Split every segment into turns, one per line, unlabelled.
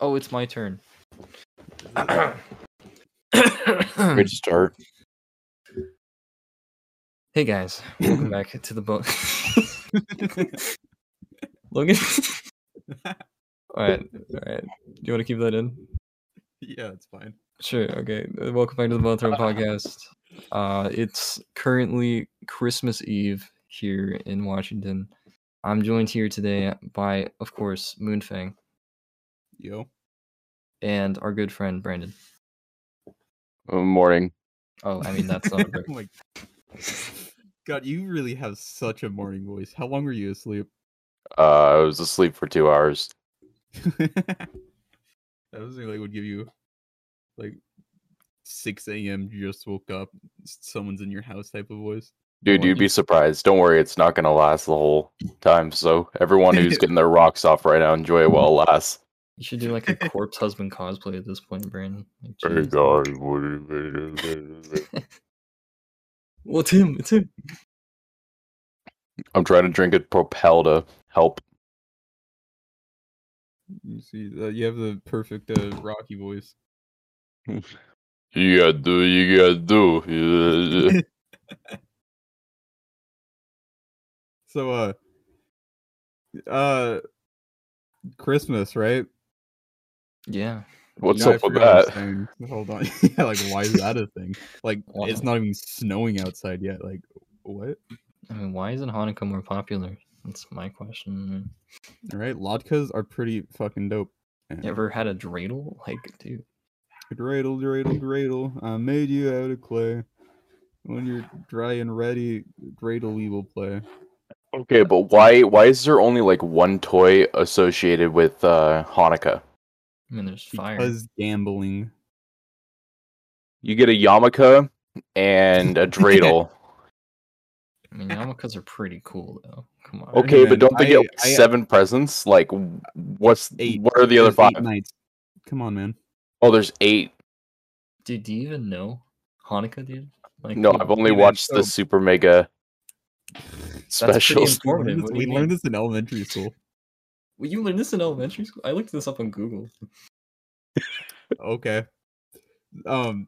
Oh, it's my turn.
Hmm.
Great to start.
hey guys, welcome back to the boat. Logan. all right, all right. Do you want to keep that in?
yeah, it's fine.
Sure. Okay. Uh, Welcome back to the Bone Throne podcast. Uh, it's currently Christmas Eve here in Washington. I'm joined here today by, of course, Moonfang
Yo.
and our good friend Brandon.
Oh, morning.
Oh, I mean that's not a
Oh
break.
my God, you really have such a morning voice. How long were you asleep?
Uh, I was asleep for two hours.
that was like would give you like 6 a.m. You just woke up. Someone's in your house type of voice.
Dude,
Well,
you'd
you-
be surprised. Don't worry, it's not going to last the whole time. So, everyone who's getting their rocks off right now, enjoy it while it lasts.
You should do like a corpse husband cosplay at this point, Brandon. Like,
Hey,
jeez.
guys, what do you-
well, it's him. It's him.
I'm trying to drink a propel to help.
You see, uh, you have the perfect uh, Rocky voice.
You gotta do, you gotta do. Yeah, yeah.
So, uh, uh, Christmas, right?
Yeah.
What's
You know, I
up with
forgot I was
that?
saying- Hold on. yeah, like why is that a thing? Like
Wow.
it's not even snowing outside yet. Like what?
I mean, why isn't Hanukkah more popular? That's my question.
All right, latkes are pretty fucking dope.
You ever had a dreidel? Like, dude.
Dreidel, dreidel, dreidel. I made you out of clay. When you're dry and ready, dreidel we will play.
Okay, but why why is there only like one toy associated with uh, Hanukkah?
I mean, there's fire.
Because gambling.
You get a yarmulke and a dreidel.
I mean, yarmulkes are pretty cool, though. Come on.
Or
Okay, but
Hangman.
don't they get
I-
like,
I- uh,
seven presents? Like, w- what's
Eight.
what are the other
There's eight
five?
nights. Come on, man.
Oh, there's eight.
Dude, do you even know Hanukkah, dude? Like,
No,
you-
I've only
even
watched
so-
the Super Mega
pretty
special.
imp- Informative, what
We learned this,
do
we
you
learned this in elementary school.
Well, you learned this in elementary school. I looked this up on Google.
Okay. Um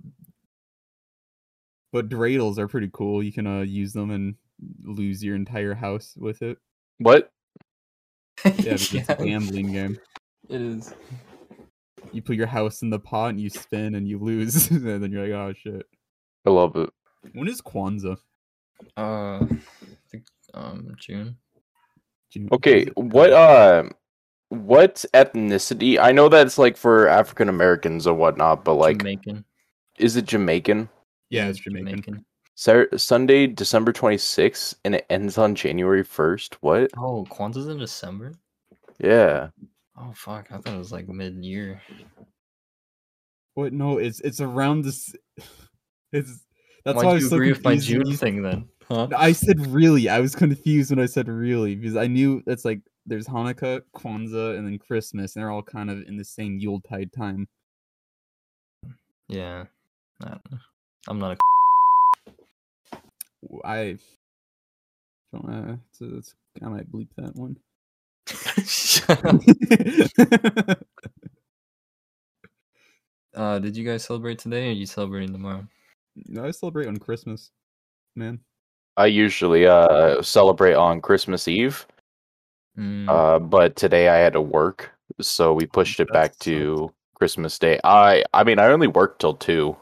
but dreidels are pretty cool. You can uh, use them and lose your entire house with it.
What?
Yeah, because it's a gambling game.
it is.
You put your house in the pot and you spin and you lose, and then you're like, oh shit.
I love it.
When is Kwanzaa?
Uh, I think, um, June.
June-
Okay,
is it-
what uh, what ethnicity? I know that's like for African Americans and whatnot, but like,
Jamaican.
is it Jamaican?
Yeah,
It
it's
is
Jamaican.
Sar- Sunday, December twenty sixth, and it ends on January first. What?
Oh, Kwanzaa's in December.
Yeah.
Oh fuck! I thought it was like mid-year.
What? No, it's it's around this. It's that's
Why'd
why I
you
was so
agree with my
confused when
June
you-
thing then? Huh?
I said really. I was confused when I said really because I knew it's like there's Hanukkah, Kwanzaa, and then Christmas, and they're all kind of in the same Yuletide time.
Yeah. I don't know. I'm not a.
W- I don't. Uh, so that's I might bleep that one.
Shut up. Uh, did you guys celebrate today, or are you celebrating tomorrow?
No, I celebrate on Christmas, man.
I usually uh celebrate on Christmas Eve.
Mm, Oh,
Uh, but today I had to work, so we pushed it
that
back
sucks.
to Christmas Day. I I mean I only work till two.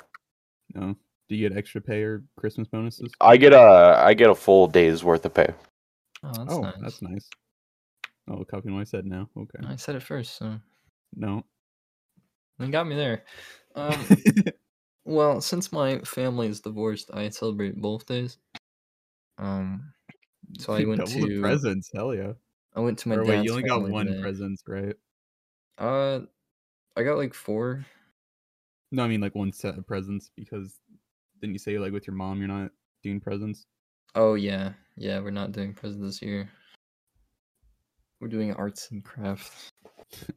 No, do you get extra pay or Christmas bonuses?
I get a I get a full day's worth of pay.
oh, that's
oh,
nice.
that's nice. Oh, copying what I said now. Okay,
I said it first, so
no.
they got me there. Um, well, since my family is divorced, I celebrate both days. Um, so I went
Double the
to
presents. Hell yeah.
I went to my
Or
dad's.
wait, you only got
family
one
today.
presents, right?
Uh, I got like four.
No, I mean like one set of presents because didn't you say like with your mom you're not doing presents?
Oh yeah, yeah. We're not doing presents this year. We're doing arts and crafts.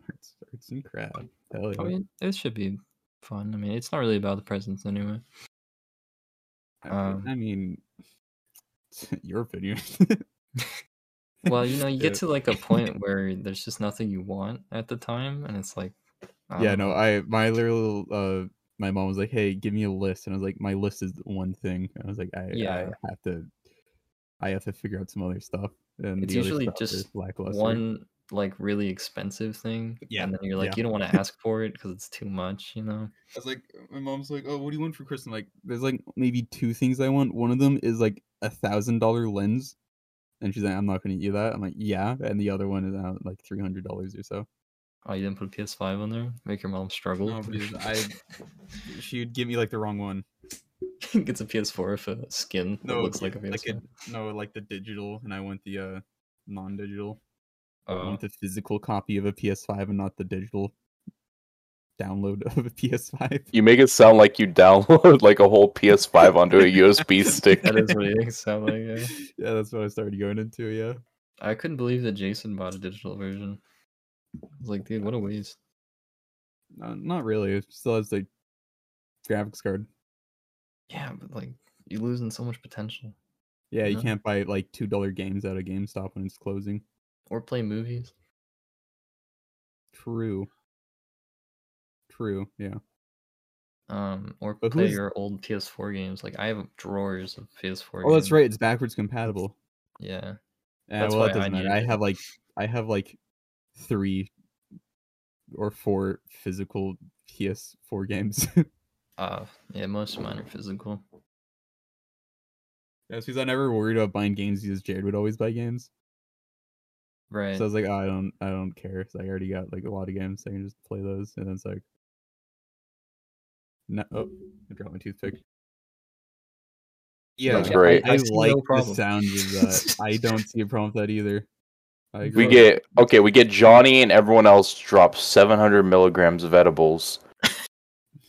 arts, arts and
Oh,
crafts. Hell yeah.
I mean, it should be fun. I mean, it's not really about the presents anyway.
I,
um,
I mean, your opinion.
Well, you know, you
Yeah.
get to like a point where there's just nothing you want at the time, and it's like, I
yeah,
don't
no,
know.
I my literal uh my mom was like, "Hey, give me a list," and I was like, "My list is one thing." And I was like, "I,
Yeah.
I have to, I have to figure out some other stuff." And
It's
the other
usually
stuff is
just
lackluster.
one like really expensive thing.
Yeah,
And then you're like,
yeah.
you don't want to ask for it because it's too much, you know?
I was like, my mom's like, "Oh, what do you want for Christmas?" Like, there's like maybe two things I want. One of them is like a thousand dollar lens, and she's like, "I'm not going to eat that." I'm like, "Yeah," and the other one is uh, like three hundred dollars or so.
Oh, you didn't put a PS5 on there? Make your mom struggle.
No, because I- She would give me like the wrong one.
gets a PS4 with a skin that looks like a PS5.
a, no, like the digital, and I want the uh non-digital. I
Oh,
want the physical copy of a PS5 and not the digital download of a PS5.
You make it sound like you download like a whole PS5 onto a USB stick.
that is what it sounds like. Yeah.
yeah, that's what I started going into. Yeah.
I couldn't believe that Jason bought a digital version. I was like, dude, what a waste.
No, not really. It still has the graphics card.
Yeah, but like, you're losing so much potential.
Yeah, you
Yeah.
can't buy like two dollar games out of GameStop when it's closing.
Or play movies.
True. True. Yeah.
Um, or
But
play
who's-
your old PS4 games. Like, I have drawers of PS4
Oh, that's
games.
right. It's backwards compatible.
Yeah.
Yeah,
That's
well,
why
that
I
doesn't matter.
needed
I
it.
have like I have like three or four physical PS4 games.
Uh, yeah, most of mine are physical.
That's because I never worried about buying games because Jared would always buy games.
Right.
So I was like, oh, I don't, I don't care. So I already got like a lot of games. So I can just play those. And then it's like, no, oh, I dropped my toothpick. Yeah,
That's great.
I, I
I see no
like the
problem.
sound of that. I don't see a problem with that either. I
We
agree.
get okay. We get Johnny and everyone else drops 700 milligrams of edibles,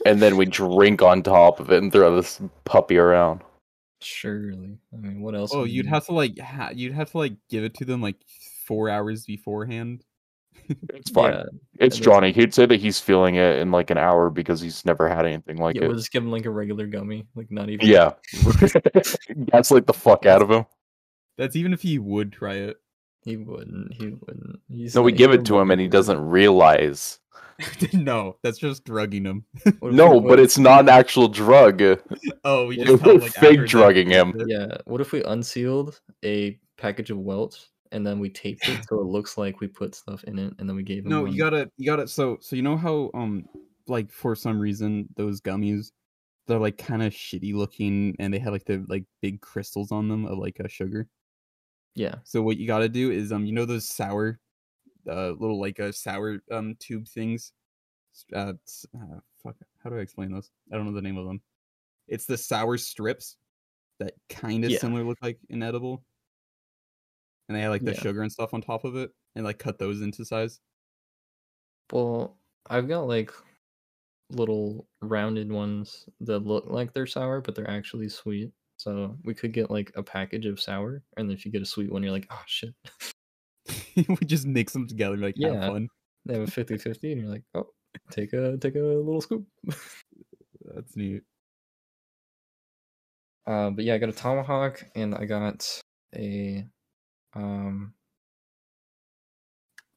and then we drink on top of it and throw this puppy around.
Surely. I mean, what else?
Oh,
would you
you'd
do?
have to like, ha- you'd have to like give it to them like four hours beforehand.
It's fine.
Yeah,
it's
that is-
Johnny. He'd say that he's feeling it in like an hour because he's never had anything like
yeah,
it.
we'll just give him like a regular gummy, like not even.
Yeah, that's like the fuck out of him.
That's even if he would try it.
he wouldn't. He wouldn't. He's
No, we
not
give
even
it to him and he doesn't realize.
no, that's just drugging him.
What if we
No, but
put-
it's not an actual drug.
Oh, we
What
just
if we're
felt like
fake
after that-
drugging him?
Yeah. What if we unsealed a package of Welch and then we taped it so it looks like we put stuff in it and then we gave him.
No,
one?
you gotta, you gotta. So, so you know how, um, like for some reason those gummies, they're like kind of shitty looking, and they had like the like big crystals on them of like uh, sugar.
Yeah.
So what you gotta do is, um, you know those sour, uh, little like uh, sour um tube things. S- Uh, s- uh, fuck, how do I explain those? I don't know the name of them. It's the sour strips that kind of
Yeah.
similar look like inedible, and they had like the
Yeah.
sugar and stuff on top of it, and like cut those into size.
Well, I've got like little rounded ones that look like they're sour, but they're actually sweet. So we could get like a package of sour, and if you get a sweet one, you're like, oh shit.
we just mix them together, like
Yeah.
have fun.
They have a 50 50, and you're like, oh, take a take a little scoop.
That's neat.
Uh, but yeah, I got a tomahawk, and I got a um,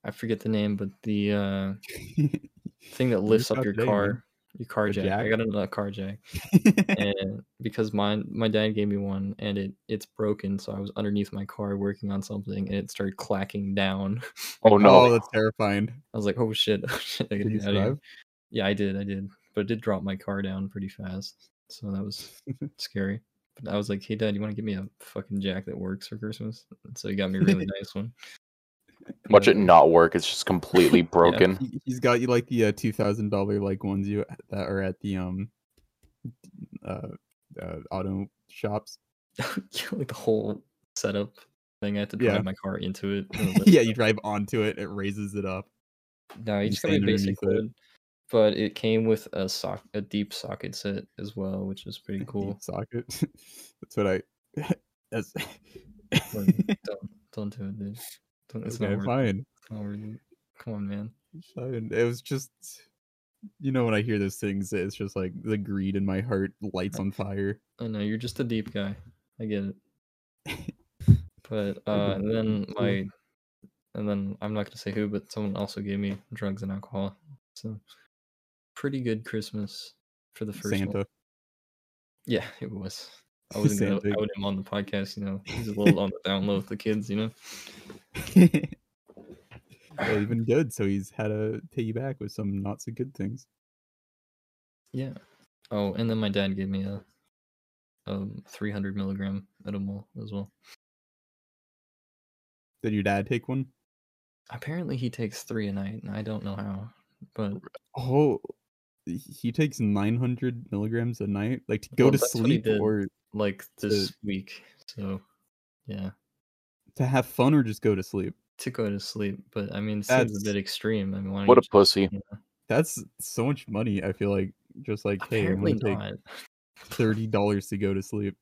I forget the name, but the uh thing that lifts up
got
your
today, man.
car, your car jack. I
jack?
got another car jack. and because mine my dad gave me one and it it's broken so i was underneath my car working on something and it started clacking down
Oh
oh,
no!
that's terrifying.
i was like oh shit, oh, shit I gotta
Did you
get out of here.
survive?
yeah i did i did but it did drop my car down pretty fast so that was scary but i was like hey dad you want to get me a fucking jack that works for christmas and so he got me a really nice one
Watch it
But-
not work. It's just completely broken.
He- He's got you like the uh, two thousand dollar like ones you that are at the um uh, uh auto shops.
like the whole setup thing i had to drive
Yeah.
my car into it and lift
yeah,
it
you drive onto it, it raises it up.
No, you
You
just got me a
stand
basic
underneath it.
hood, but it came with a sock, a deep socket set as well, which is pretty cool.
socket. that's what I. That's.
Like, don't don't do it, dude. Don't, it's
okay,
not worth it.
fine.
It's not worth it. Come on, man.
Fine. It was just, you know, when I hear those things, it's just like the greed in my heart lights on fire.
I know you're just a deep guy. I get it. But
I
uh,
get
and
it,
then
it's cool.
my, and then I'm not gonna say who, but someone also gave me drugs and alcohol. So pretty good Christmas for the first
Santa.
one. Yeah, it was. I wasn't going to
Santa.
out him on the podcast, you know. He's a little on the down low with the kids, you know.
well, even good. So he's had to pay you back with some not so good things.
Yeah. Oh, and then my dad gave me a um 300 milligram edible as well.
Did your dad take one?
Apparently, he takes three a night, and I don't know how. But
Oh, he takes 900 milligrams a night, like to go
Well,
to
that's what he
sleep
did.
or
like this week, so yeah,
to have fun or just go to sleep.
to go to sleep. But I mean, it seems a
That's-
bit extreme. I mean, why don't
What
you
a pussy.
That's so much money. I feel like just like
just-
hey, I'm
apparently
gonna take
not.
thirty dollars to go to sleep.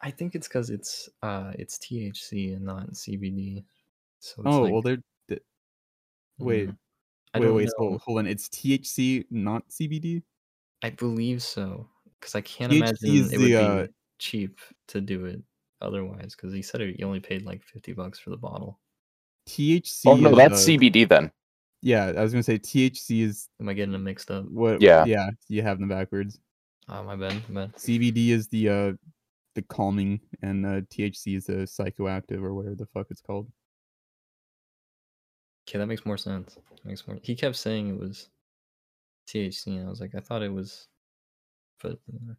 I think it's because it's uh it's THC and not CBD. So it's
Oh
like,
well, they're th-
mm,
wait,
I
wait,
don't
wait.
know.
Hold, hold on. It's THC, not CBD.
I believe so because I can't
THC
imagine
is
it would
the, uh,
be cheap to do it otherwise. Because he said he only paid like fifty bucks for the bottle.
THC.
Oh no,
is,
that's
uh,
CBD then.
Yeah, I was gonna say THC is
Am I getting them mixed up?
what.
Yeah.
yeah. You have them backwards.
Oh my bad, my bad.
CBD is the uh the calming, and uh, THC is the psychoactive or whatever the fuck it's called.
Okay, that makes more sense. Makes more. He kept saying it was THC, and I was like, I thought it was, but uh,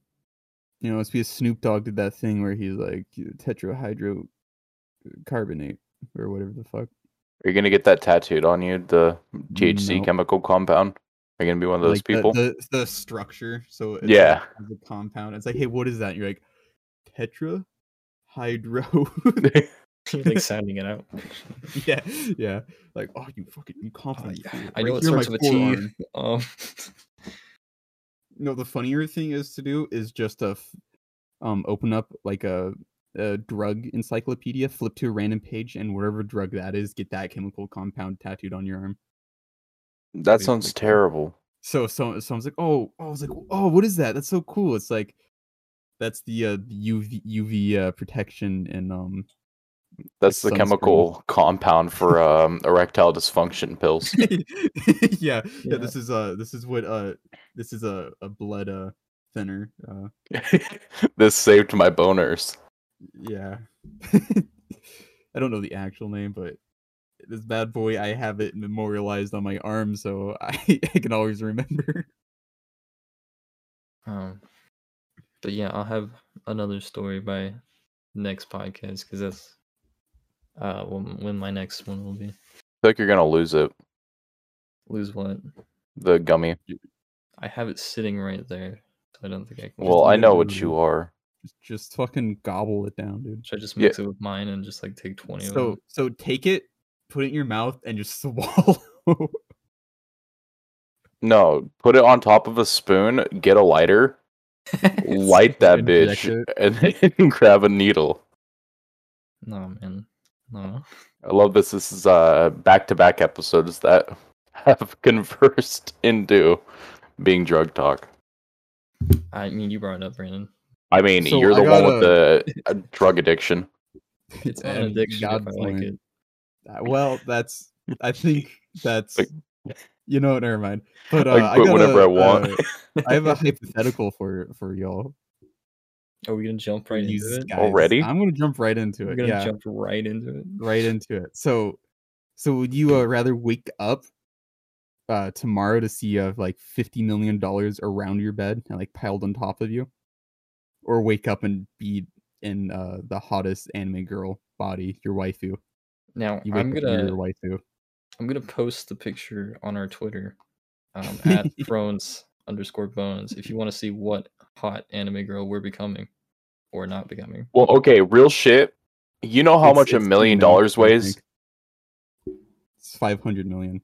You know, it's because Snoop Dogg did that thing where he's like tetrahydrocarbonate or whatever the fuck.
Are you gonna get that tattooed on you? The THC
Mm, No.
chemical compound. Are you gonna be one of those
like the-
people?
The, the, structure. So it's
Yeah.
like, the compound. It's like, hey, what is that? And you're like tetra hydro.
he like sounding it out.
yeah, yeah. Like, oh, you fucking you compliment.
Oh, yeah,
fool.
I know it
here on my
starts with a T.
forearm."
Um,
No, the funnier thing is to do is just to f- um open up like a a drug encyclopedia, flip to a random page, and whatever drug that is, get that chemical compound tattooed on your arm.
that sounds
basically.
terrible.
So, so someone's like, oh, oh, I was like, oh, what is that? That's so cool. It's like that's the uh, the UV UV uh, protection and um
That's the
sunscreen.
chemical compound for um, erectile dysfunction pills.
yeah, yeah,
Yeah.
This is uh this is what uh this is a a blood uh thinner uh
this saved my boners.
yeah. I don't know the actual name, but this bad boy, I have it memorialized on my arm, so I, I can always remember.
um, but yeah, I'll have another story by next podcast because that's uh when, when my next one will be.
I feel like you're gonna lose it.
Lose what?
The gummy.
I have it sitting right there. So I don't think I can.
Well,
eat
I
it
know
and
what
then-
you are.
Just, just fucking gobble it down, dude.
should I just
yeah.
mix it with mine and just like take twenty? of
So
them?
so take it, put it in your mouth, and just swallow.
No, put it on top of a spoon. Get a lighter, light that bitch,
inject
and then grab a needle.
no, man, no.
I love this. This is uh back-to-back episodes that have conversed into being drug talk.
I mean, you brought it up, Brandon.
I mean,
So
you're
I
the one with the uh, drug addiction.
It's not an
And
addiction
God
if I like
willing.
it.
Uh, Well, that's I think that's
Like-
you know what, never mind. But uh,
I
I
quit
got
whenever
a-
I want.
uh, I have a hypothetical for for y'all.
Are we gonna jump
for
right
you
into it?
guys.
Already?
I'm gonna jump right into
We're
it.
gonna
Yeah,
jump right into it.
right into it. So, so would you uh, rather wake up uh tomorrow to see uh, like fifty million dollars around your bed and like piled on top of you, or wake up and be in uh the hottest anime girl body, your waifu?
Now
You wake
I'm
up and you're
gonna
your waifu.
I'm gonna post the picture on our Twitter um, at thrones underscore bones if you want to see what hot anime girl we're becoming or not becoming.
Well, okay, real shit. You know how
It's-
much a
it's
million
female,
dollars
I
weighs?
think. It's five hundred million.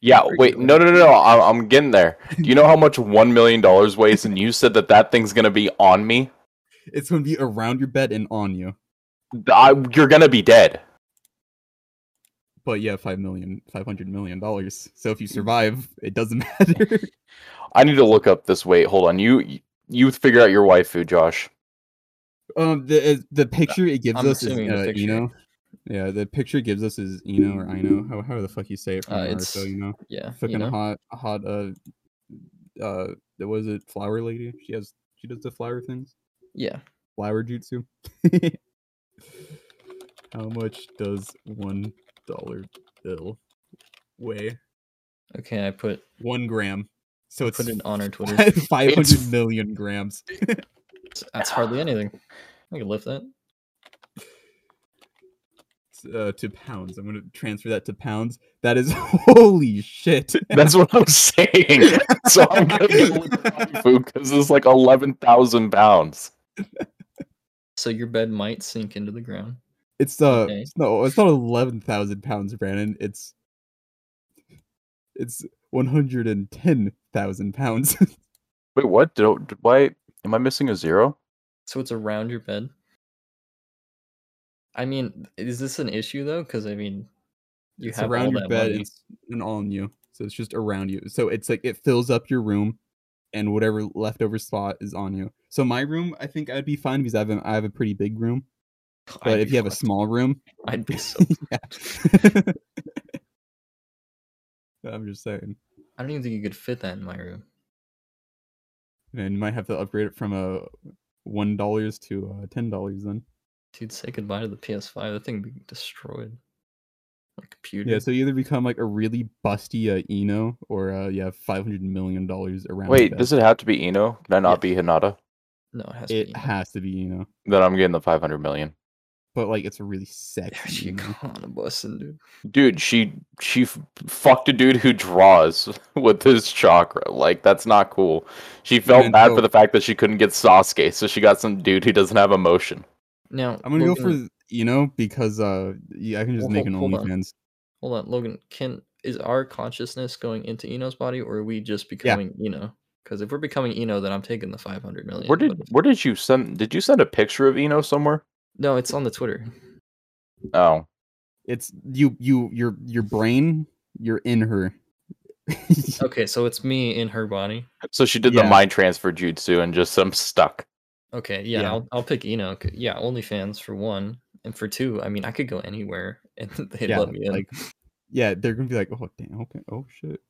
Yeah,
Pretty
wait,
sure.
no, no, no, no. I'm, I'm getting there. Do you know how much one million dollars weighs? And you said that that thing's gonna be on me.
It's gonna be around your bed and on you.
I, you're gonna be dead.
But yeah, five million, five hundred million dollars. So
Mm.
if you survive, it doesn't matter.
I need to look up this weight. Hold on, you you figure out your waifu, Josh.
um, the is- the picture it gives
I'm
us is
assuming the
uh,
picture.
Eno. Yeah, the picture it gives us is Eno or Ino. How how the fuck you say it from
Uh,
Naruto?
it's-
you know,
Yeah, you
fucking
know?
hot hot uh uh that was it flower lady. She has she does the flower things.
Yeah.
Flower jutsu. How much does one dollar bill weigh?
Okay, I put
One gram. So it's
put it on our Twitter.
five hundred million grams.
That's hardly anything. I could lift that.
uh, to pounds. I'm going to transfer that to pounds. That is holy shit.
That's what I'm saying. so I'm gonna get food because it's like eleven thousand pounds.
So your bed might sink into the ground.
It's uh
Okay.
no, it's not eleven thousand pounds, Brandon. It's it's one hundred and ten thousand pounds.
Wait, what? Did, I- why am I missing a zero?
So it's around your bed. I mean, is this an issue though? Because I mean, you
it's
have
around
all
your
that
bed
money.
and, s- and all on you. So it's just around you. So it's like it fills up your room and whatever leftover spot is on you. So my room, I think I'd be fine because I have a, I have a pretty big room.
I'd
But if
be
you have a
fucked.
small room,
I'd be so.
yeah. I'm just saying.
I don't even think you could fit that in my room.
And you might have to upgrade it from a one dollars to uh, ten dollars then.
Dude, say goodbye to the PS5. That thing would be destroyed. My computer.
Yeah, so you either become like a really busty uh, Eno or uh, you have five hundred million dollars around.
Wait, does it have to be Eno? Can I not be Hinata?
no, it has to
It
be.
has to be Eno,
Then I'm getting the five hundred million.
but like it's a really
there
sexy.
she
Eno.
gone, a bussin', dude.
Dude, she she f- fucked a dude who draws with his chakra. Like that's not cool. She felt
mean-
bad
oh.
for the fact that she couldn't get Sasuke, so she got some dude who doesn't have emotion.
Now
I'm gonna go
Logan-
for Eno because uh, yeah, I can just
Well,
make
hold-
an
hold on.
OnlyFans.
Hold on, Logan. Can is our consciousness going into Eno's body, or are we just becoming Eno? Because if we're becoming Eno, then I'm taking the 500 million.
Where
but
did
if-
where did you send? Did you send a picture of Eno somewhere?
no? It's on the Twitter.
Oh,
It's you, you, your, your brain. You're in her.
Okay, so it's me in her body.
so she did
Yeah.
the mind transfer jutsu and just I'm stuck.
Okay, yeah,
Yeah.
I'll, I'll pick Eno. 'cause- Yeah, OnlyFans for one, and for two, I mean, I could go anywhere and they'd let me in.
like yeah, they're gonna be like, oh damn, okay, oh shit.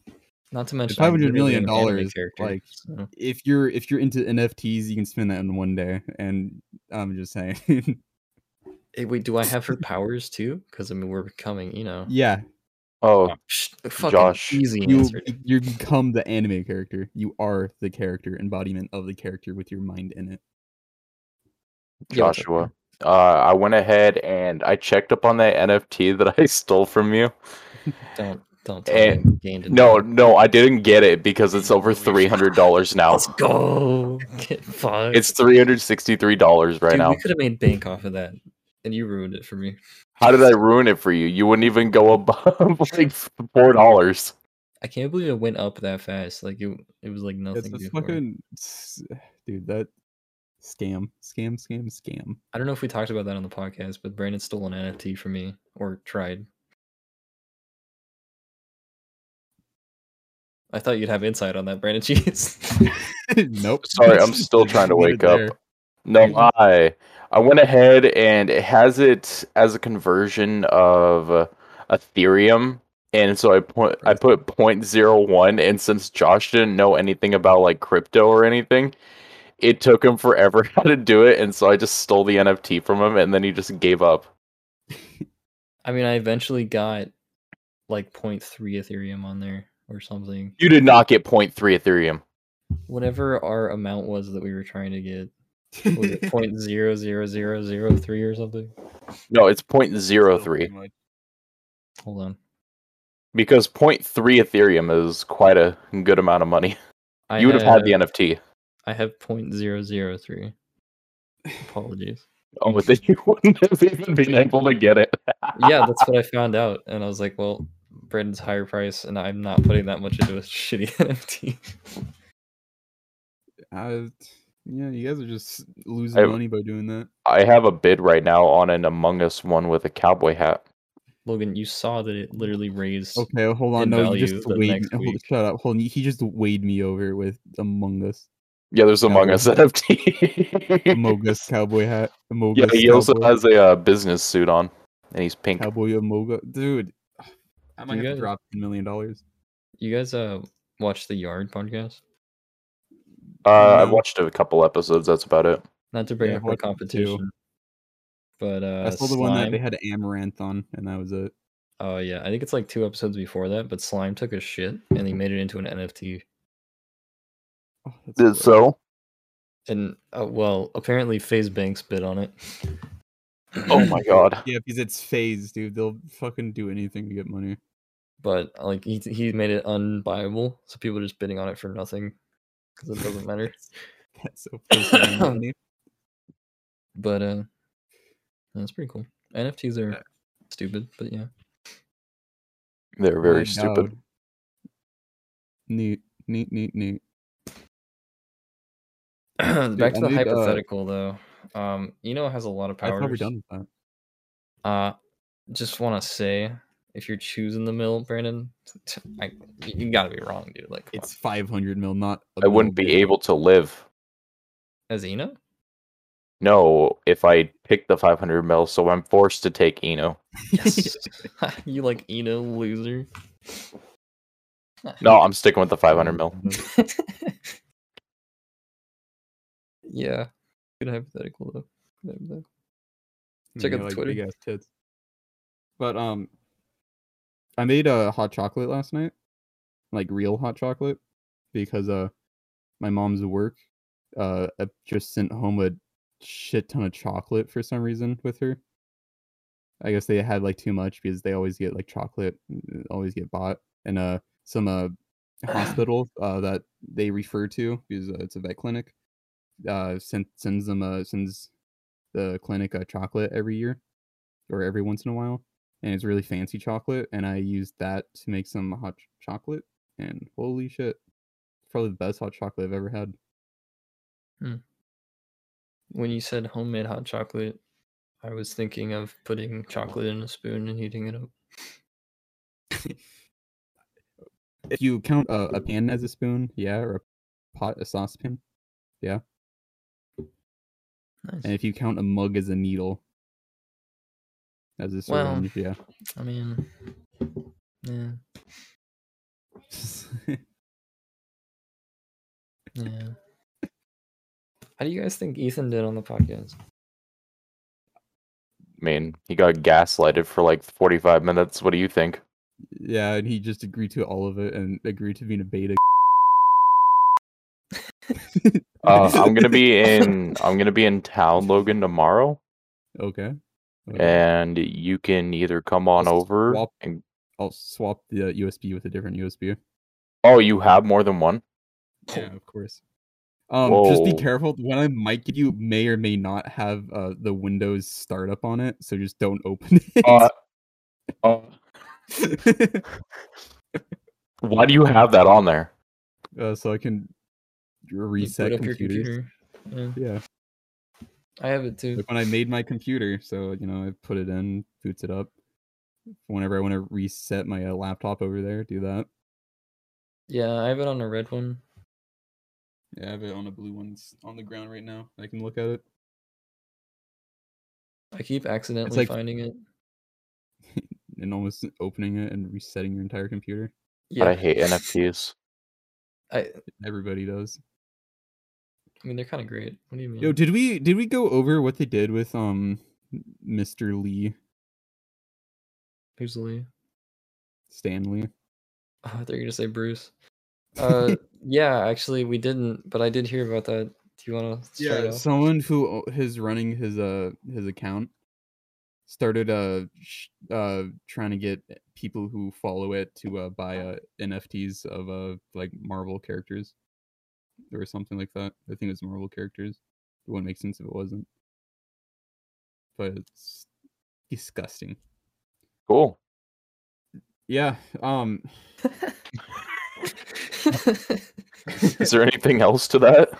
Not to mention, I
500
literally
million
am an anime
dollars,
character,
like,
so-
If you're if you're into NFTs, you can spend that in one day. And I'm just saying,
Eh, wait, do I have her powers too? Because I mean, we're becoming Eno.
yeah,
Oh,
Psh, fucking
Josh,
easy
you
answer.
be- you become the anime character. You are the character embodiment of the character with your mind in it.
Yeah, what's up,
Joshua. Uh, I went ahead and I checked up on that NFT that I stole from you.
Don't don't tell me
And-
you gained a
Eh, No,
dollar.
no, I didn't get it because it's over three hundred dollars now.
Let's go. Get fucked.
It's three hundred sixty-three dollars right
Dude,
now.
We could have made bank off of that, and you ruined it for me.
How did I ruin it for you? You wouldn't even go above like four dollars.
I can't believe it went up that fast. Like it, it was
Oh,
like nothing.
It's a
before.
fucking s- dude. That scam, scam, scam, scam.
I don't know if we talked about that on the podcast, but Brandon stole an NFT from me or tried. I thought you'd have insight on that, Brandon Cheese.
nope.
Sorry, I'm still trying to
Leave it
wake up.
there.
No, I I went ahead and it has it as a conversion of uh, Ethereum, and so I put I put 0.01, and since Josh didn't know anything about like crypto or anything, it took him forever how to do it, and so I just stole the NFT from him, and then he just gave up.
I mean, I eventually got like 0.3 Ethereum on there or something.
You did not get 0.3 Ethereum.
Whatever our amount was that we were trying to get. Was it 0.00003 or something?
No, it's
Still
0.03
pretty much.
Hold on.
because 0.3 Ethereum is quite a good amount of money.
I
You would have had the NFT.
I have 0.003. Apologies.
Oh, then you wouldn't have even been able to get it.
yeah, that's what I found out. And I was like, well, Brandon's higher price, and I'm not putting that much into a shitty NFT.
I, yeah, you guys are just losing
I-
money by doing that.
I have a bid right now on an Among Us one with a cowboy hat.
Logan, you saw that it literally raised.
Okay, hold on.
in
No, you
value
just
the
weighed.
next
me- Hold,
week.
shut up. Hold on. He just weighed me over with Among Us,
Yeah, there's Among
Cowboy
Us
hat.
NFT.
Among Us cowboy hat, Among
yeah,
Us
he also
cowboy,
has a uh, business suit on, and he's pink.
cowboy Among Us. Dude, I might
You
have
guys-
to drop ten million dollars.
You guys uh watch the Yard podcast?
Uh, I've
No.
watched a couple episodes. That's about it.
Not to bring
Yeah,
up
I've
a
watched it too.
competition, but uh,
I saw the one that they
Slime-
had Amaranth on, and that was it.
Oh yeah, I think it's like two episodes before that. But Slime took a shit and he made it into an NFT.
Oh, that's
Did
gross.
so?
And uh, well, apparently FaZe Banks bid on it.
Oh my god.
Yeah, because it's phase, dude. They'll fucking do anything to get money.
But like he he made it unbuyable, so people are just bidding on it for nothing because it doesn't matter.
That's so fucking money.
But uh, that's pretty cool. NFTs are stupid, but yeah.
They're very
My
stupid.
God. Neat, neat, neat, neat.
Back to
I
the
need, uh,
hypothetical though. Um, Eno has a lot of
I thought we're
powers.
done with that.
Uh, just want to say, if you're choosing the mill, Brandon, t- I, you gotta be wrong, dude. Like,
It's 500 mil, not. I
I wouldn't be able to live.
as Eno,
No, if I pick the 500 mil, so I'm forced to take Eno.
yes, you like Eno loser.
No, I'm sticking with the 500 mil.
yeah, good hypothetical though. Good hypothetical. Check out the Twitter.
big ass tits. But um, I made a uh, hot chocolate last night, like real hot chocolate, because uh, my mom's work uh uh, just sent home a shit ton of chocolate for some reason with her. I guess they had like too much because they always get like chocolate, uh, always get bought, and uh some uh hospital uh that they refer to because uh, it's a vet clinic uh send, sends them uh sends the clinic uh, chocolate every year or every once in a while and it's really fancy chocolate and i used that to make some hot ch- chocolate and holy shit it's probably the best hot chocolate i've ever had
When you said homemade hot chocolate, I was thinking of putting chocolate in a spoon and heating it up.
if you count a, a pan as a spoon yeah or a pot a saucepan
Nice.
and if you count a mug as a needle as a
Well,
syringe, yeah
I mean, yeah, yeah. How do you guys think Ethan did on the podcast?
I mean, he got gaslighted for like 45 minutes. What do you think?
yeah and he just agreed to all of it and agreed to being a beta
Uh, I'm gonna be in. I'm gonna be in town, Logan, tomorrow,
okay
Mm-hmm.
okay.
and you can either come on
Let's
over.
swap.
And,
I'll swap the uh, USB with a different USB.
oh, you have more than one.
Yeah, of course. Um, just be
Whoa.
careful. The one I might give you may or may not have uh, the Windows startup on it, so just don't open it.
Uh, uh, why do you have that on there?
Uh, so I can
You
reset
boot up
computers.
computer.
Yeah,
Yeah, I have it too.
like when I made my computer, so you know I put it in, boots it up. Whenever I want to reset my uh, laptop over there, do that.
Yeah, I have it on a red one.
Yeah, I have it on a blue one. It's on the ground right now. I can look at it.
I keep accidentally
like-
finding it.
and almost opening it and resetting your entire computer.
Yeah,
But I hate NFTs.
I, I
Everybody does.
mean, they're kind of great. What do you mean?
Yo, did we did we go over what they did with um Mr. Lee
Who's Lee?
Stanley?
Oh, I thought you were gonna say Bruce. Uh, yeah, actually, we didn't, but I did hear about that. Do you want to start off?
someone who o- is running his uh his account started uh sh- uh trying to get people who follow it to uh buy uh NFTs of uh like Marvel characters or something like that. I think it was Marvel characters. It wouldn't make sense if it wasn't. But it's disgusting.
Cool.
Yeah. Um.
Is there anything else to that?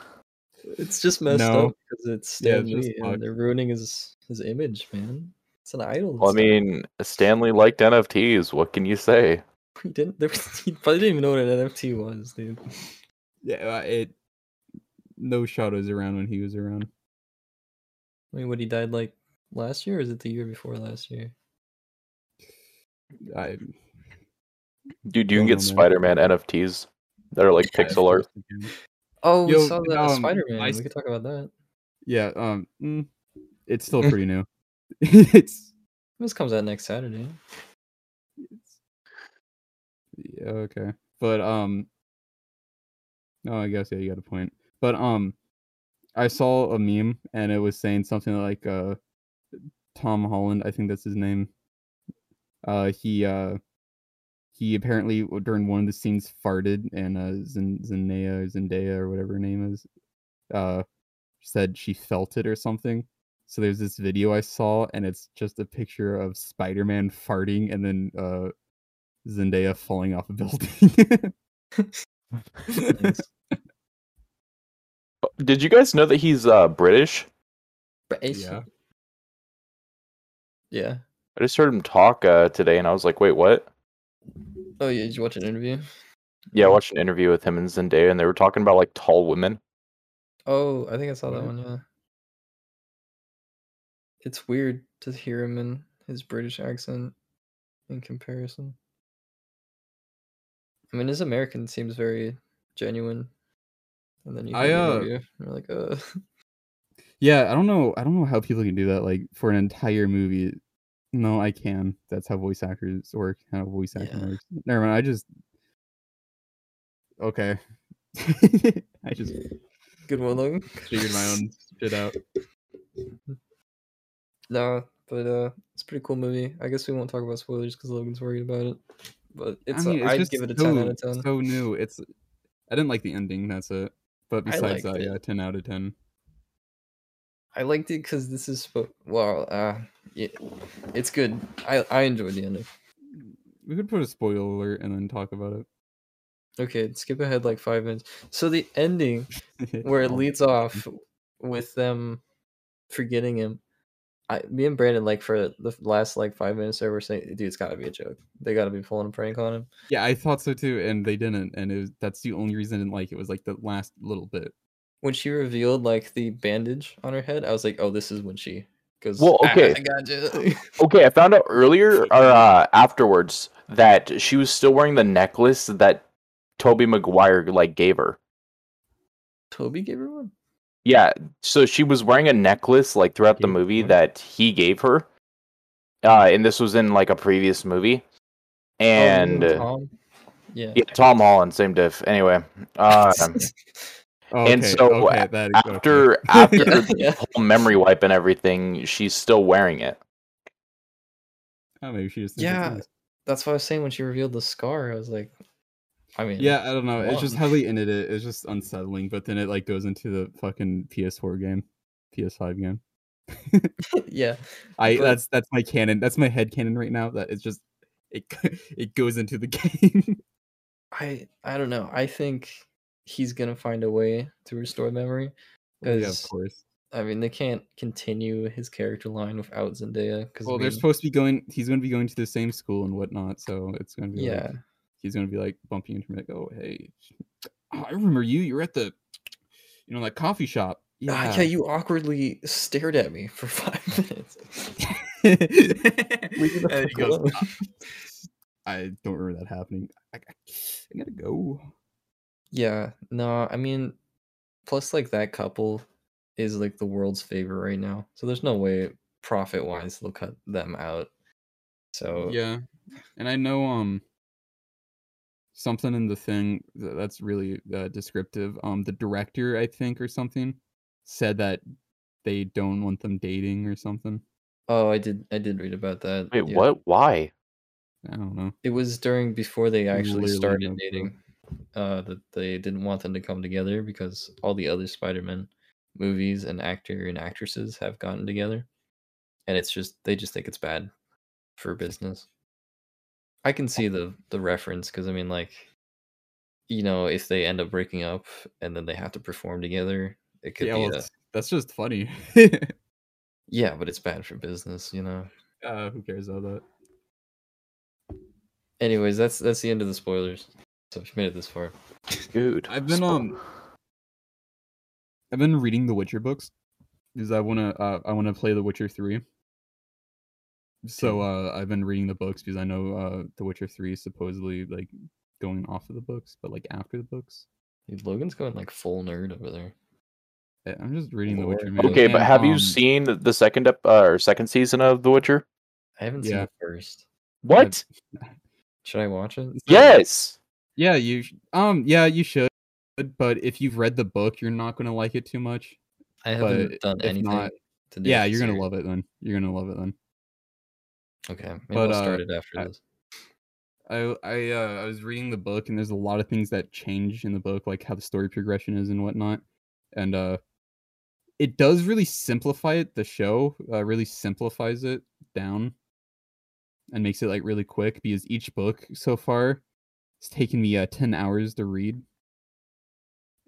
it's just messed
No.
up because it's
Yeah,
Stan
it's just
Lee,
fucked.
and they're ruining his his image, man. It's an idol. and
Well, I
stuff.
mean, Stanley liked NFTs. What can you say?
he didn't. There was, he probably didn't even know what an NFT was, dude.
Yeah. uh, It. No shadows around when he was around.
I mean, what he died like last year, or is it the year before last year?
I
Dude, you
Oh,
can
Don't know,
get
man.
Spider Man NFTs that are like pixel art.
Oh, we
Yo,
saw that
um,
Spider Man.
I-
We could talk about that.
Yeah, um, mm, it's still pretty new. it's,
This comes out next Saturday.
it's yeah, okay, but um, no, Oh, I guess yeah, you got a point. But um, I saw a meme and it was saying something like uh, Tom Holland, I think that's his name. Uh, he uh, he apparently w- during one of the scenes farted and uh, Zen- Zendaya, Zendaya or whatever her name is, uh, said she felt it or something. So there's this video I saw, and it's just a picture of Spider-Man farting and then uh, Zendaya falling off a building.
Thanks.
Did you guys know that he's uh, British?
But it's-
Yeah.
Yeah.
I just heard him talk uh, today, and I was like, "Wait, what?"
Oh yeah. Did you watch an interview?
Mm.
Yeah, I watched an interview with him and Zendaya, and they were talking about like tall women.
Oh, I think I saw that
What?
one. Yeah. It's weird to hear him in his British accent in comparison. I mean, his American seems very genuine, and then you
I,
hear the
uh,
interview, and you're like, uh,
yeah, I don't know. I don't know how people can do that. Like for an entire movie. No, I can. That's how voice actors work. How voice acting
Yeah.
works. Never mind. I just. Okay. I just
good one, Logan.
figured my own shit out.
No, but uh, it's a pretty cool movie. I guess we won't talk about spoilers because Logan's worried about it. But it's,
I mean,
a,
it's
I'd
just
give it a
so,
ten out of ten.
So new. It's I didn't like the ending. That's it. But
I
besides
liked
that,
it.
yeah, ten out of ten.
I liked it because this is spo- well, uh, yeah, it's good. I I enjoyed the ending.
We could put a spoiler alert and then talk about
Okay, skip ahead like five minutes. So the ending
it.
where it
Oh,
leads off with them forgetting him. I, me and Brandon, like for the last like five minutes, there were saying, "Dude, it's got to be a joke. They got to be pulling a prank on him."
Yeah, I thought so too, and they didn't. And it was, that's the only reason I didn't like it was like the last little bit.
When she revealed like the bandage on her head, I was like, "Oh, this is when she goes."
Well, okay.
I gotcha.
Okay, I found out earlier or uh, afterwards that she was still wearing the necklace that Toby Maguire like gave her.
Toby gave her one.
Yeah, so she was wearing a necklace like throughout the
Gave her
movie
one?
that he gave her. Uh, and this was in like a previous movie.
Oh, you
And
mean
uh,
Tom? yeah.
yeah, Tom Holland, same diff. Anyway, uh,
Oh,
And
okay,
so uh,
okay, that is- okay.
after after
Yeah,
the
yeah.
whole memory wipe and everything, she's still wearing it.
oh, maybe she just thinks it's
Yeah.
nice.
That's what I was saying when she revealed the scar. I was like, I mean,
yeah. I don't know. It's just
Wow.
how they ended it. It's just unsettling. But then it like goes into the fucking PS4 game, PS5 game.
yeah.
I
But-
that's that's my canon. That's my head canon right now. That it's just it it goes into the game.
I I don't know. I think he's gonna find a way to restore memory.
Well, Oh, yeah, of
Because-
course.
I mean, they can't continue his character line without Zendaya because
Well, they're supposed to be going. He's going to be going to the same school and whatnot. So it's going to be
yeah.
Like, he's going to be like bumping into me like, oh hey, oh, I remember you. You're at the, you know, that coffee shop.
Ah,
Yeah.
yeah, you awkwardly stared at me for five minutes. Leave me the
And he
fuck
goes,
alone.
"Ah, I don't remember that happening. I, I, I gotta go.
Yeah, no, I mean, plus like that couple is like the world's favorite right now, so there's no way profit wise they'll cut them out. So
Yeah, and I know um something in the thing tha- that's really uh, descriptive. Um, the director I think or something said that they don't want them dating or something.
oh, I did I did read about that.
Wait,
yeah.
what? Why?
I don't know.
It was during before they actually
Literally
started
no clue.
dating uh, that they didn't want them to come together because all the other Spider-Man movies and actor and actresses have gotten together, and it's just they just think it's bad for business. I can see the the reference because I mean, like, you know, if they end up breaking up and then they have to perform together, it could
yeah,
be
well,
a,
it's- that's just funny.
yeah, but it's bad for business, you know.
uh, who cares about that?
Anyways, that's that's the end of the spoilers. So if you made it this far,
Dude.
I've been,
spo-
um, I've been reading The Witcher books because I wanna uh, I wanna play The Witcher three. So uh, I've been reading the books because I know uh, The Witcher three is supposedly like going off of the books, but like after the books.
Dude, Logan's going like full nerd over there.
Yeah, I'm just reading The
Lord.
Witcher. Man.
Okay, but
And,
have you
um,
seen the second ep- uh, or second season of The Witcher?
I haven't seen
Yeah.
it first.
What?
Should I watch it?
Yes.
Yeah, you. sh- Um, yeah, you should. But if you've read the book, you're not gonna like it too much.
I haven't
But
done
if
anything
not-
to do.
Yeah,
with
you're
the
gonna
series.
love it then. You're gonna love it then.
Okay, maybe
But,
I'll
uh,
start it after
I-
this.
I I uh, I was reading the book and there's a lot of things that change in the book, like how the story progression is and whatnot, and uh, it does really simplify it. The show uh, really simplifies it down and makes it like really quick because each book so far it's taken me uh, ten hours to read,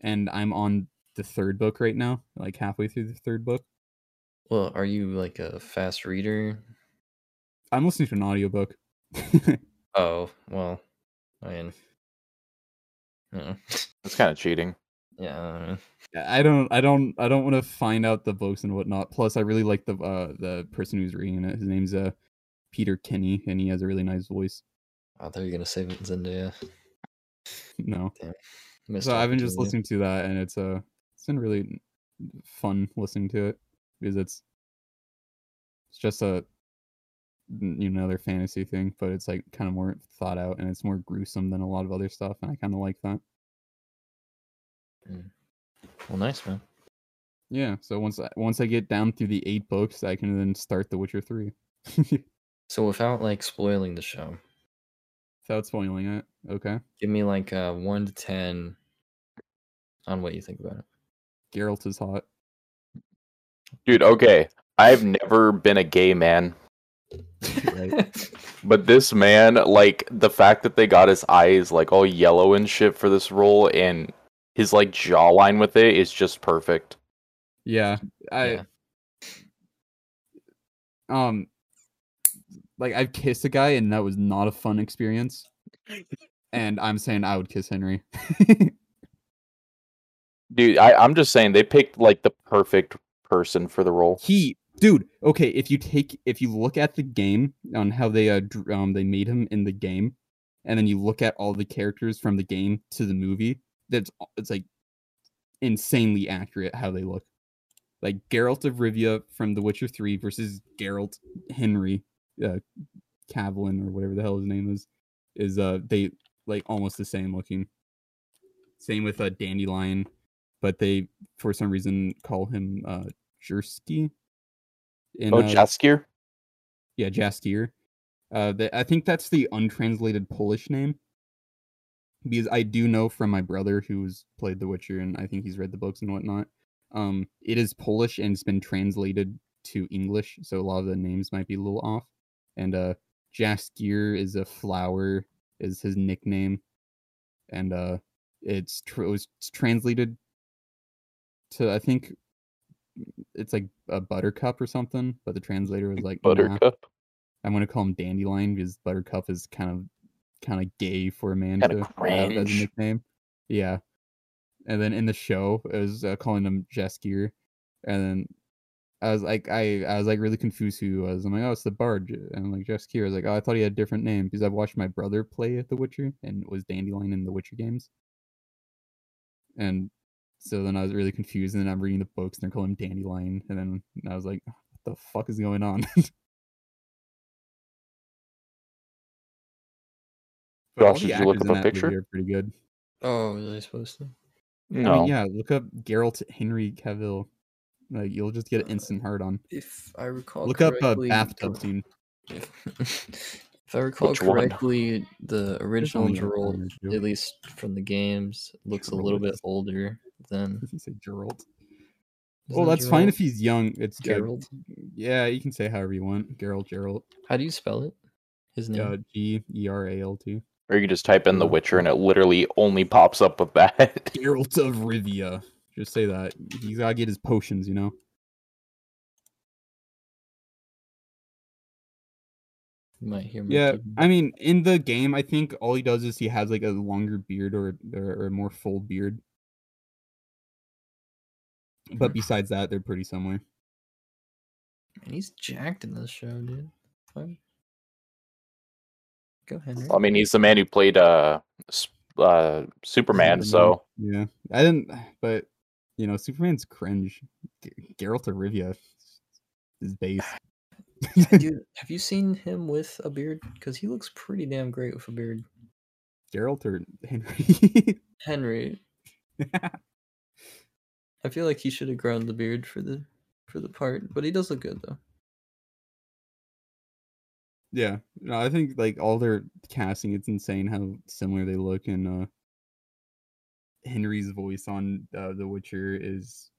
and I'm on the third book right now, like halfway through the third book.
Well, are you like a fast reader?
I'm listening to an audiobook.
Oh well, I mean, yeah,
That's kind of cheating.
yeah. I don't know.
I don't, I don't, I don't want to find out the books and whatnot. Plus, I really like the uh, the person who's reading it. His name's uh, Peter Kenny, and he has a really nice voice.
I thought you were gonna say Zendaya.
No,
Missed
so I've been just
opportunity.
listening to that, and it's uh, it's been really fun listening to it because it's it's just a n- you know another fantasy thing, but it's like kind of more thought out and it's more gruesome than a lot of other stuff, and I kind of like that.
Well, nice man.
Yeah. So once I, once I get down through the eight books, I can then start The Witcher three.
So without like spoiling the show,
Without spoiling it, okay.
give me like uh one to ten on what you think about it.
Geralt is hot.
Dude, okay. I've never been a gay man, but this man, like the fact that they got his eyes like all yellow and shit for this role and his like jawline with it is just perfect.
Yeah, I
Yeah.
um, like I've kissed a guy and that was not a fun experience. And I'm saying I would kiss Henry.
Dude, I, I'm just saying they picked like the perfect person for the role.
he, dude, okay. If you take, if you look at the game on how they uh dr- um they made him in the game, and then you look at all the characters from the game to the movie, that's a- it's like insanely accurate how they look. Like Geralt of Rivia from The Witcher Three versus Geralt Henry, uh, Cavlin or whatever the hell his name is, is uh they like almost the same looking. Same with uh, Dandelion, but they for some reason call him uh Jersky. In,
Oh,
uh,
Jaskier?
yeah, Jaskier. Uh, the, I think that's the untranslated Polish name. Because I do know from my brother who's played The Witcher and I think he's read the books and whatnot. Um, it is Polish and it's been translated to English, so a lot of the names might be a little off. And uh, Jaskier is a flower, is his nickname, and uh, it's tr- it was translated to I think it's like a buttercup or something, but the translator was like nah.
Buttercup.
I'm gonna call him Dandelion because Buttercup is kind of kind of gay for a man
Kinda
to have as
cringe.
a nickname. Yeah, and then in the show, I was uh, calling him Jeskier, and then I was like, I I was like really confused who he was. I'm like, oh, it's the Bard, and I'm like Jeskier. I was like, oh, I thought he had a different name because I've watched my brother play at The Witcher, and it was Dandelion in The Witcher games, and so then I was really confused. And then I'm reading the books, and they're calling him Dandelion, and then I was like, what the fuck is going on? But all
Josh,
the
did you look up
actors in
a
that movie
picture?
are pretty good.
Oh, was I supposed to?
No.
I mean, yeah, look up Geralt Henry Cavill. Like you'll just
Uh,
get an instant hard on.
If I recall,
Look up a bathtub scene.
If, if I recall
Which one?
correctly, the
There's
original
only a
Geralt,
Geralt Henry.
at least from the games, looks a
Geralt.
little bit older than.
Does he say Geralt?
Isn't
Well,
it
Oh, that's fine
Geralt?
if he's young. It's uh,
Gerald.
yeah, you can say however you want. Geralt, Geralt.
How do you spell it? His name.
Uh, G E R A L T.
Or you can just type in The Witcher and it literally only pops up with that.
Geralt of Rivia. Just say that. He's gotta get his potions, you know.
you might hear me.
Yeah,
keep-
I mean, in the game, I think all he does is he has like a longer beard or or, or a more full beard. But
Hmm.
besides that, they're pretty similar.
Man, he's jacked in this show, dude. Fuck. Go Henry.
I mean, he's the man who played uh, S- uh, Superman. So
Yeah, I didn't, but you know, Superman's cringe. G- Geralt of Rivia is base.
Dude, have you seen him with a beard? Because he looks pretty damn great with a beard.
Geralt or Henry?
Henry, I feel like he should have grown the beard for the for the part, but he does look good though.
yeah, no, I think like all their casting, it's insane how similar they look. And uh, Henry's voice on uh, The Witcher is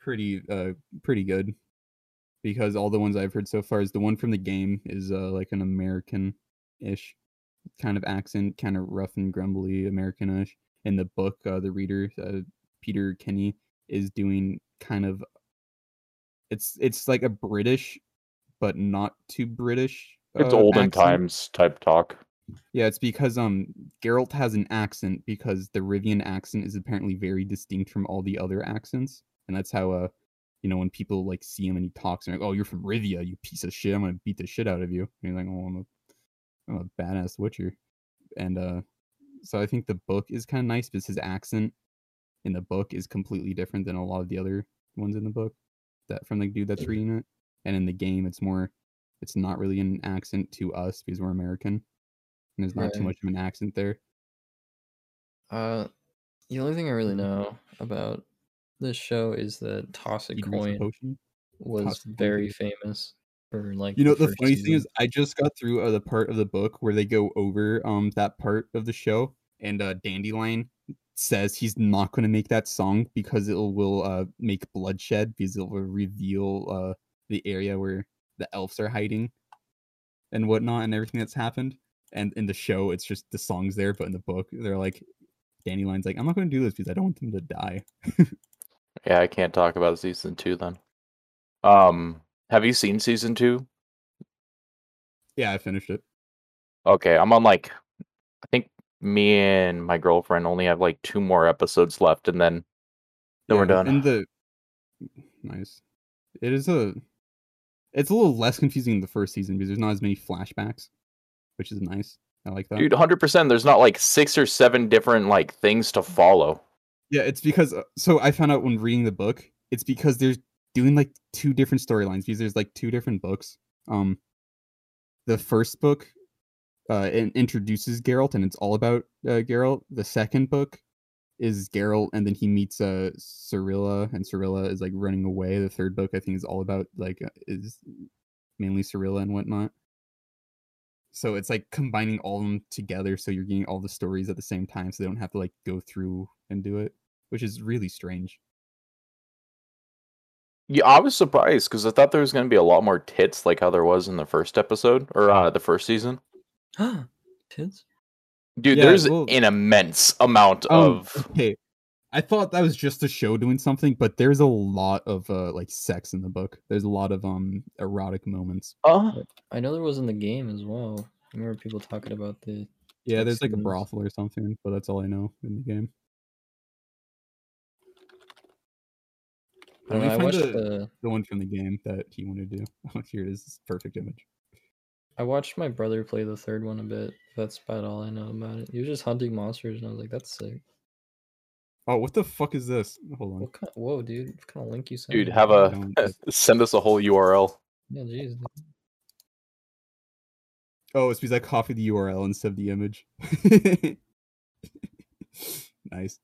pretty, uh, pretty good because all the ones I've heard so far is the one from the game is uh, like an American-ish kind of accent, kind of rough and grumbly American-ish. In the book, uh, the reader uh, Peter Kenny is doing kind of it's it's like a British, but not too British.
it's
uh,
olden
accent.
times type talk.
Yeah, it's because um Geralt has an accent because the Rivian accent is apparently very distinct from all the other accents, and that's how uh you know when people like see him and he talks and like oh you're from Rivia you piece of shit I'm gonna beat the shit out of you and he's like oh I'm a I'm a badass Witcher, and uh so I think the book is kind of nice because his accent in the book is completely different than a lot of the other ones in the book that from the dude that's reading it, and in the game it's more it's not really an accent to us because we're American and there's not too
Right.
much of an accent there.
Uh, the only thing I really know about this show is that Toss a
He drinks a
Coin
potion.
was
Toss a Coin.
very famous for like.
You know the
first
funny thing is,
season.
I just got through uh, the part of the book where they go over um that part of the show, and uh, Dandelion says he's not going to make that song because it will uh make bloodshed because it will reveal uh the area where the elves are hiding and whatnot and everything that's happened. And in the show, it's just the songs there, but in the book, they're like Dandelion's like, I'm not going to do this because I don't want them to die.
Yeah, I can't talk about season two then. Um, have you seen season two?
Yeah, I finished it.
Okay, I'm on like I think me and my girlfriend only have like two more episodes left, and then then we're
Yeah,
done.
And the nice. It is a. It's a little less confusing than the first season because there's not as many flashbacks, which is nice. I like that.
Dude, hundred percent. There's not like six or seven different like things to follow.
Yeah, it's because uh, so I found out when reading the book, it's because there's doing like two different storylines because there's like two different books. Um, the first book, uh, it introduces Geralt and it's all about uh, Geralt. The second book is Geralt and then he meets uh Cirilla and Cirilla is like running away. The third book I think is all about like uh, is mainly Cirilla and whatnot. So it's like combining all of them together, so you're getting all the stories at the same time, so they don't have to like go through and do it, which is really strange.
Yeah, I was surprised because I thought there was gonna be a lot more tits, like how there was in the first episode or uh, the first season.
Tits?
Dude,
Yeah, Oh,
there's
well-
an immense amount of
okay, I thought that was just the show doing something, but there's a lot of uh like sex in the book. There's a lot of um erotic moments.
uh,
I know there was in the game as well. I remember people talking about the.
Yeah,
Sex
there's like a
scenes.
brothel or something, but that's all I know in the game.
I, don't
Let
know,
me
I
find
watched
the-
the.
the one from the game that he wanted to do. Oh, here it is. This perfect image.
I watched my brother play the third one a bit. That's about all I know about it. He was just hunting monsters, and I was like, "That's sick."
Oh, what the fuck is this? Hold on.
What kind? whoa, dude! What kind of link you sent?
dude,
me?
have a
Don't just-
send us a whole URL.
Yeah, jeez. dude.
Oh, it's because I copied the URL instead of the image. nice.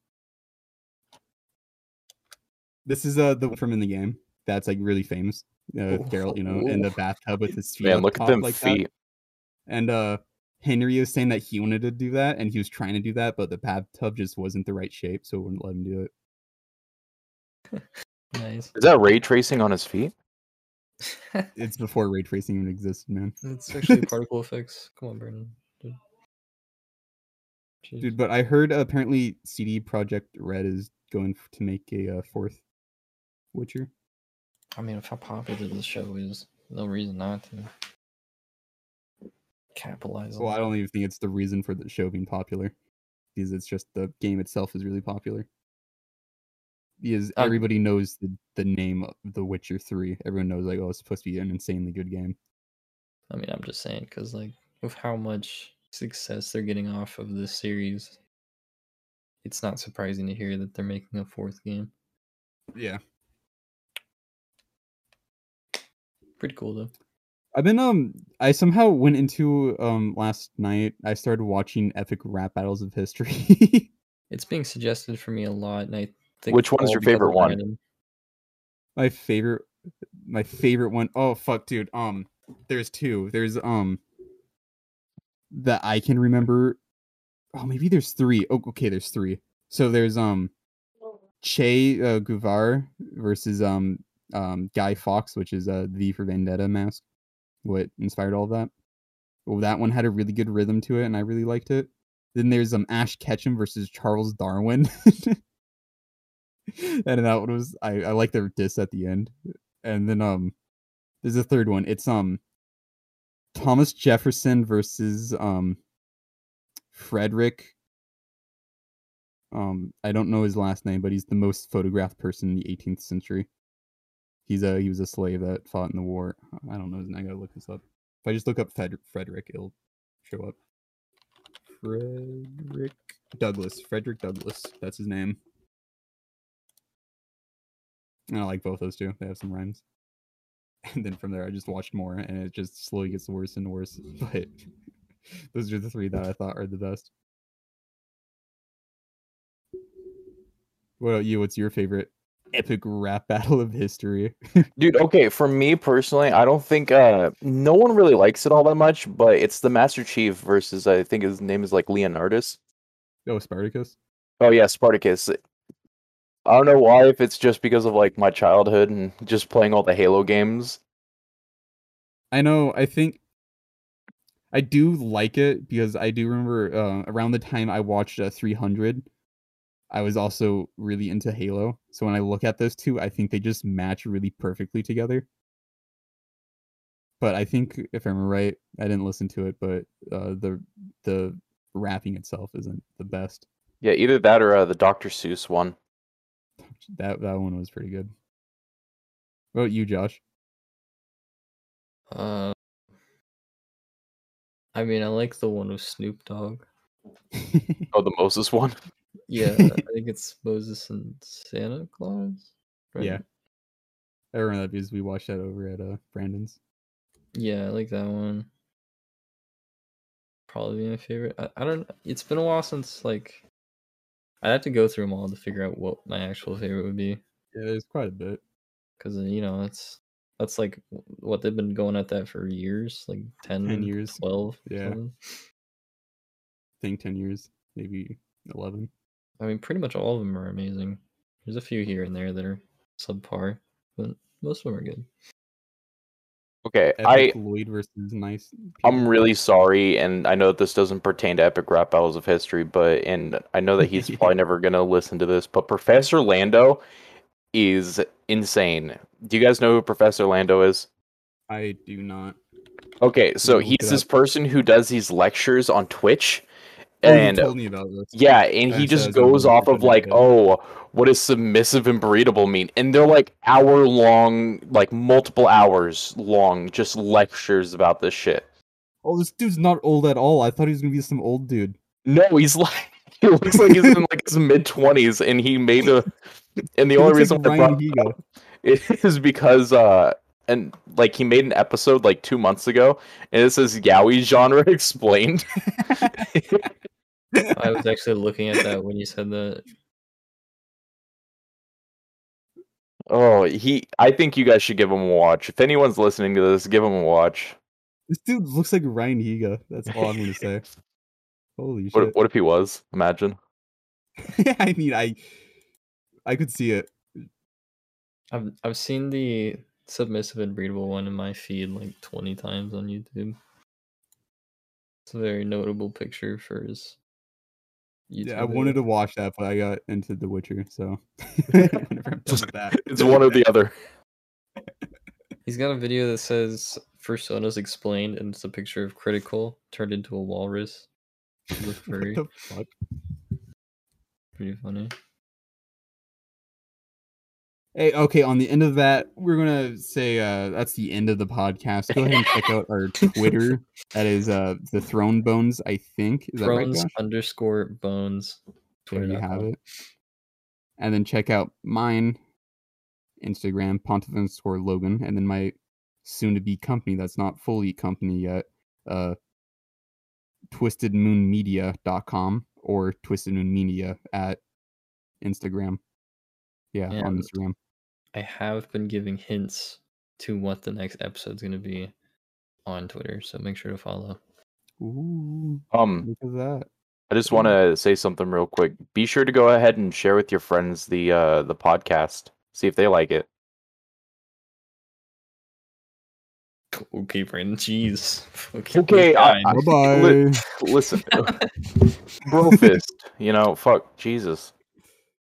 This is uh the one from in the game that's like really famous. Uh, Geralt, you know, in the bathtub with his feet.
Man,
up
look at
top
them
like that.
feet.
And uh Henry was saying that he wanted to do that and he was trying to do that, but the bathtub just wasn't the right shape, so it wouldn't let him do it.
Nice.
Is that ray tracing on his feet?
It's before ray tracing even existed, man.
It's actually particle effects. Come on, Brandon. Dude. Jeez.
Dude, but I heard uh, apparently CD Project Red is going f- to make a uh, fourth Witcher.
I mean, if how popular this show is, no reason not to capitalize.
Well, I
on
don't even think it's the reason for the show being popular, because it's just the game itself is really popular. Because
Um,
everybody knows the, the name of The Witcher Three. Everyone knows like, oh, it's supposed to be an insanely good game.
it. I mean, I'm just saying because like with how much success they're getting off of this series, it's not surprising to hear that they're making a fourth game.
Yeah.
Pretty cool though.
I've been um I somehow went into um last night I started watching epic rap battles of history.
It's being suggested for me a lot, and I think
Which one is
all
your
because of
favorite one?
Brandon.
my favorite my favorite one oh fuck dude. Um there's two. There's um that I can remember oh maybe there's three. Oh okay, there's three. So there's um Che uh, Guevara versus um um Guy Fox, which is uh the for Vendetta mask. What inspired all that? Well, that one had a really good rhythm to it, and I really liked it. Then there's um Ash Ketchum versus Charles Darwin, and that one was I I like their diss at the end. And then um there's a third one. It's um Thomas Jefferson versus um Frederick. Um, I don't know his last name, but he's the most photographed person in the 18th century. He's a he was a slave that fought in the war. I don't know. his name, I gotta look this up. If I just look up Fed- Frederick, it'll show up. Frederick Douglass. Frederick Douglass. That's his name. And I like both those two. They have some rhymes. And then from there, I just watched more, and it just slowly gets worse and worse. But those are the three that I thought are the best. What about you? What's your favorite epic rap battle of history?
Dude, okay, for me personally, I don't think uh no one really likes it all that much, but it's the Master Chief versus I think his name is like Leonardus.
Oh, Spartacus.
Oh yeah, Spartacus. I don't know why if it's just because of like my childhood and just playing all the Halo games.
I know. I think I do like it because I do remember uh, around the time I watched uh, 300, I was also really into Halo. So when I look at those two, I think they just match really perfectly together. But I think if I'm right, I didn't listen to it, but uh, the the rapping itself isn't the best.
Yeah, either that or uh, the Dr. Seuss one.
That that one was pretty good. What about you, Josh?
Uh, I mean, I like the one with Snoop Dogg.
Oh, the Moses one.
Yeah, I think it's Moses and Santa Claus.
Yeah. I remember that because we watched that over at uh, Brandon's.
Yeah, I like that one. Probably my favorite. I, I don't. It's been a while since like. I'd have to go through them all to figure out what my actual favorite would be,
Yeah, there's quite a bit.
because you know that's that's like what they've been going at that for years, like 10,
10 years.
12. or
Yeah.
something.
think 10 years, maybe 11.
I mean, pretty much all of them are amazing. There's a few here and there that are subpar, but most of them are good.
Okay, I
Epic Lloyd versus Nice.
I'm
Peter.
really sorry, and I know that this doesn't pertain to Epic Rap Battles of History, but and I know that he's probably never gonna listen to this, but Professor Lando is insane. Do you guys know who Professor Lando is?
I do not.
Okay, so
look it
he's this
up.
person who does these lectures on Twitch,
Oh, you
and
told me about this.
yeah, and he
Alright, so
just
it's on
goes
the
off of
internet,
like,
yeah.
oh, what does submissive and breedable mean? And they're like hour long, like multiple hours long, just lectures about this shit.
Oh, this dude's not old at all. I thought he was gonna be some old dude.
No, he's like he looks like he's in like his mid twenties, and he made a. And the only
He looks
reason
like
I
Ryan
brought it up is because uh, and like he made an episode like two months ago, and it says yaoi genre explained.
I was actually looking at that when you said that.
Oh, he! I think you guys should give him a watch. If anyone's listening to this, give him a watch.
This dude looks like Ryan Higa. That's all I'm gonna say. Holy
What?
shit!
What if he was? Imagine.
I mean, I, I could see it.
I've I've seen the submissive and breedable one in my feed like 20 times on YouTube. It's a very notable picture for his.
Yeah, I wanted to watch that, but I got into The Witcher, so whenever I'm done with that,
It's one or the other.
He's got a video that says "Personas Explained" and it's a picture of Critical turned into a walrus. He's a
What
furry.
the fuck?
Pretty funny.
Hey, okay, on the end of that, we're gonna say uh that's the end of the podcast. Go ahead and check out our Twitter. That is uh the Throne Bones, I think. Is that right,
Thrones
Josh?
underscore bones.
There you
Twitter.com.
have it. And then check out mine, Instagram, Pontiff underscore Logan, and then my soon to be company that's not fully company yet, uh, twistedmoonmedia.com or twistedmoonmedia at Instagram. Yeah, on
And-
Instagram.
I have been giving hints to what the next episode's going to be on Twitter, so make sure to follow.
Ooh,
Um,
look at that.
I just want to say something real quick. Be sure to go ahead and share with your friends the uh the podcast. See if they like it.
Okay, Brandon. Jeez.
Okay, I-
fine.
Bye bye.
Listen, bro fist. You know, fuck Jesus.